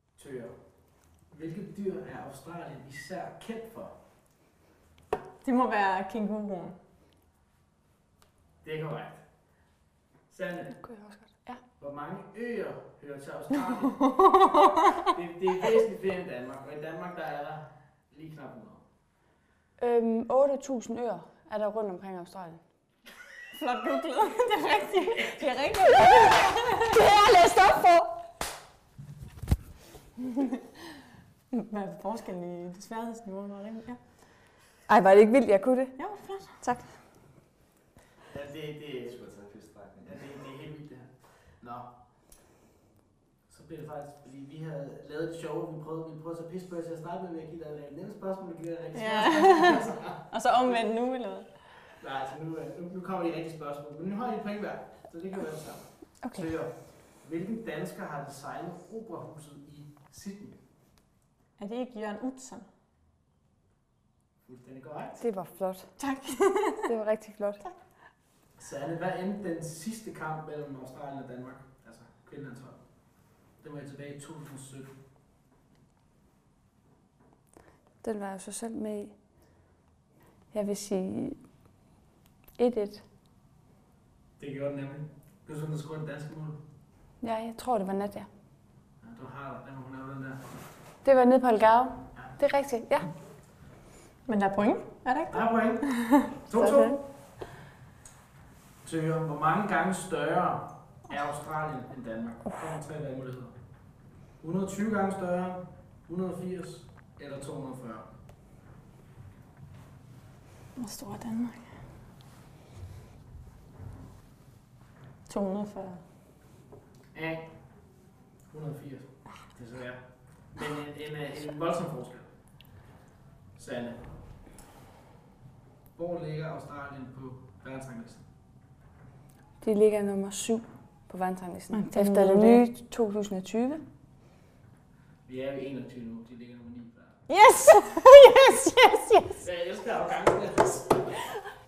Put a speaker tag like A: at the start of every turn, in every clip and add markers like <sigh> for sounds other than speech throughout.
A: undersøger, hvilket dyr er Australien især kendt for?
B: Det må være kænguruen.
A: Det er korrekt. Sande,
B: Det kunne jeg også godt. Ja.
A: hvor mange øer hører til Australien? Det, det er væsentligt flere end Danmark, og i Danmark der er der lige knap 100.
C: Øhm, 8.000 øer er der rundt omkring Australien.
B: Flot googlet. <laughs> Det er rigtigt. Det er rigtigt.
C: Det har jeg læst op for!
B: Hvad er forskellen i det sværhedsniveau? Var det? Ja.
C: Ej, var det ikke vildt, jeg kunne det?
B: ja, flot.
C: Tak.
A: Ja, det, det,
D: Jeg
A: er-
D: skulle have taget kyststrækning.
A: ja, det, det er helt vildt det her. Nå. Så blev det faktisk, fordi vi havde lavet det sjove, vi prøvede, vi prøvede at tage pissebøger til at starte med, ved at give dig et nemt spørgsmål, og give dig et rigtig <laughs>
B: Ja.
A: svært spørgsmål.
B: Og så omvendt nu, eller hvad?
A: Nej, altså nu, er- nu, nu kommer de rigtige spørgsmål, men nu har I et point hver, så det kan være det samme.
C: Okay.
A: Søger. Hvilken dansker har designet operahuset i Sydney?
B: Er det ikke Jørgen Utzon?
A: Fuldstændig korrekt.
C: Det var flot.
B: Tak.
C: Det var rigtig flot.
A: Sanne, hvad endte den sidste kamp mellem Australien og Danmark? Altså kvindelandshold. Den var jo tilbage i 2017.
C: Den var jeg så selv med i. Jeg vil sige 1-1.
A: Det gjorde den nemlig. Det var sådan, der scorede den danske mål.
C: Ja, jeg tror, det var Nadia.
A: Ja, du har den, den, hun er den der.
C: Det var nede på Algarve. Det er rigtigt, ja.
B: Men der er point, er der ikke?
A: Der er point. 2-2.
C: Sådan.
A: Tøger, hvor mange gange større er Australien end Danmark? Der kommer tre valgmuligheder. 120 gange større, 180 eller 240.
B: Hvor stor er Danmark? 240.
A: Ja. 180. Desværre. Men en, en, øh, en voldsom forskel. Sande. Hvor ligger Australien på verdensranglisten?
C: De ligger nummer 7 på verdensranglisten.
B: Men det er
C: Efter det
B: noget af
C: nye 2020.
A: Vi er ved 21 nu, de ligger nummer 9 på verden.
B: Yes! <laughs> yes, yes, yes!
A: Jeg elsker afgangen.
C: <laughs>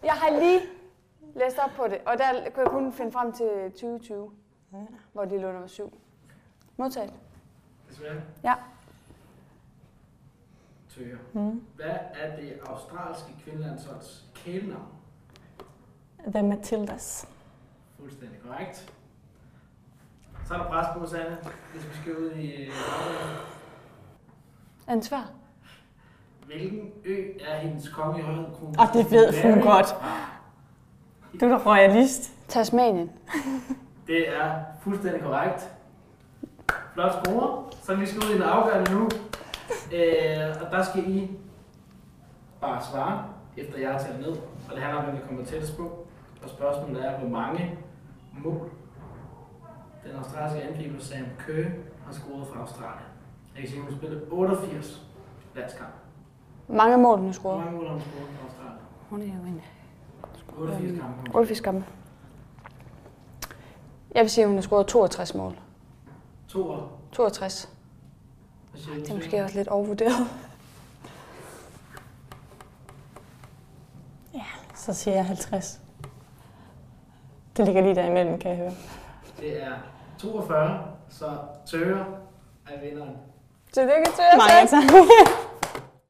C: Jeg har lige læst op på det, og der kunne jeg kun finde frem til 2020,
B: Ja.
C: hvor de lå nummer 7. Modtaget.
A: Desværre.
C: Ja.
A: Tøger.
B: Mm.
A: Hvad er det australske kvindelandsholds kælenavn?
B: The Matildas.
A: Fuldstændig korrekt. Så er der pres på, Sanne, hvis vi skal ud i... øh, afgangen.
C: Er den svær?
A: Hvilken ø er hendes konge i højden kron?
B: Og Ah, det ved hun godt. Du er da royalist.
C: Tasmanien.
A: Det er fuldstændig korrekt. Flot score. Så vi skal ud i en afgørende nu. Øh, og der skal I bare svare, efter jeg har talt ned. Og det handler om, hvem der kommer tættest på. Og spørgsmålet er, hvor mange mål den australske angriber Sam Kerr har scoret for Australien. Jeg kan sige, at hun spillede 88 landskamp.
C: Mange mål, den har
A: Hvor
C: scoret.
A: mange mål har hun scoret for Australien?
C: Hun er jo en
A: 88 kampe.
C: olfiskampe. Jeg vil sige, at hun har scoret 62 mål.
A: 2 år.
C: 62.
A: Hvad siger
C: Det
A: du?
C: er måske også lidt overvurderet.
B: Så siger jeg 50. Det ligger lige derimellem, kan jeg høre.
A: Det er 42, så Tøger er vinderen.
C: Tillykke til
B: Mange tak.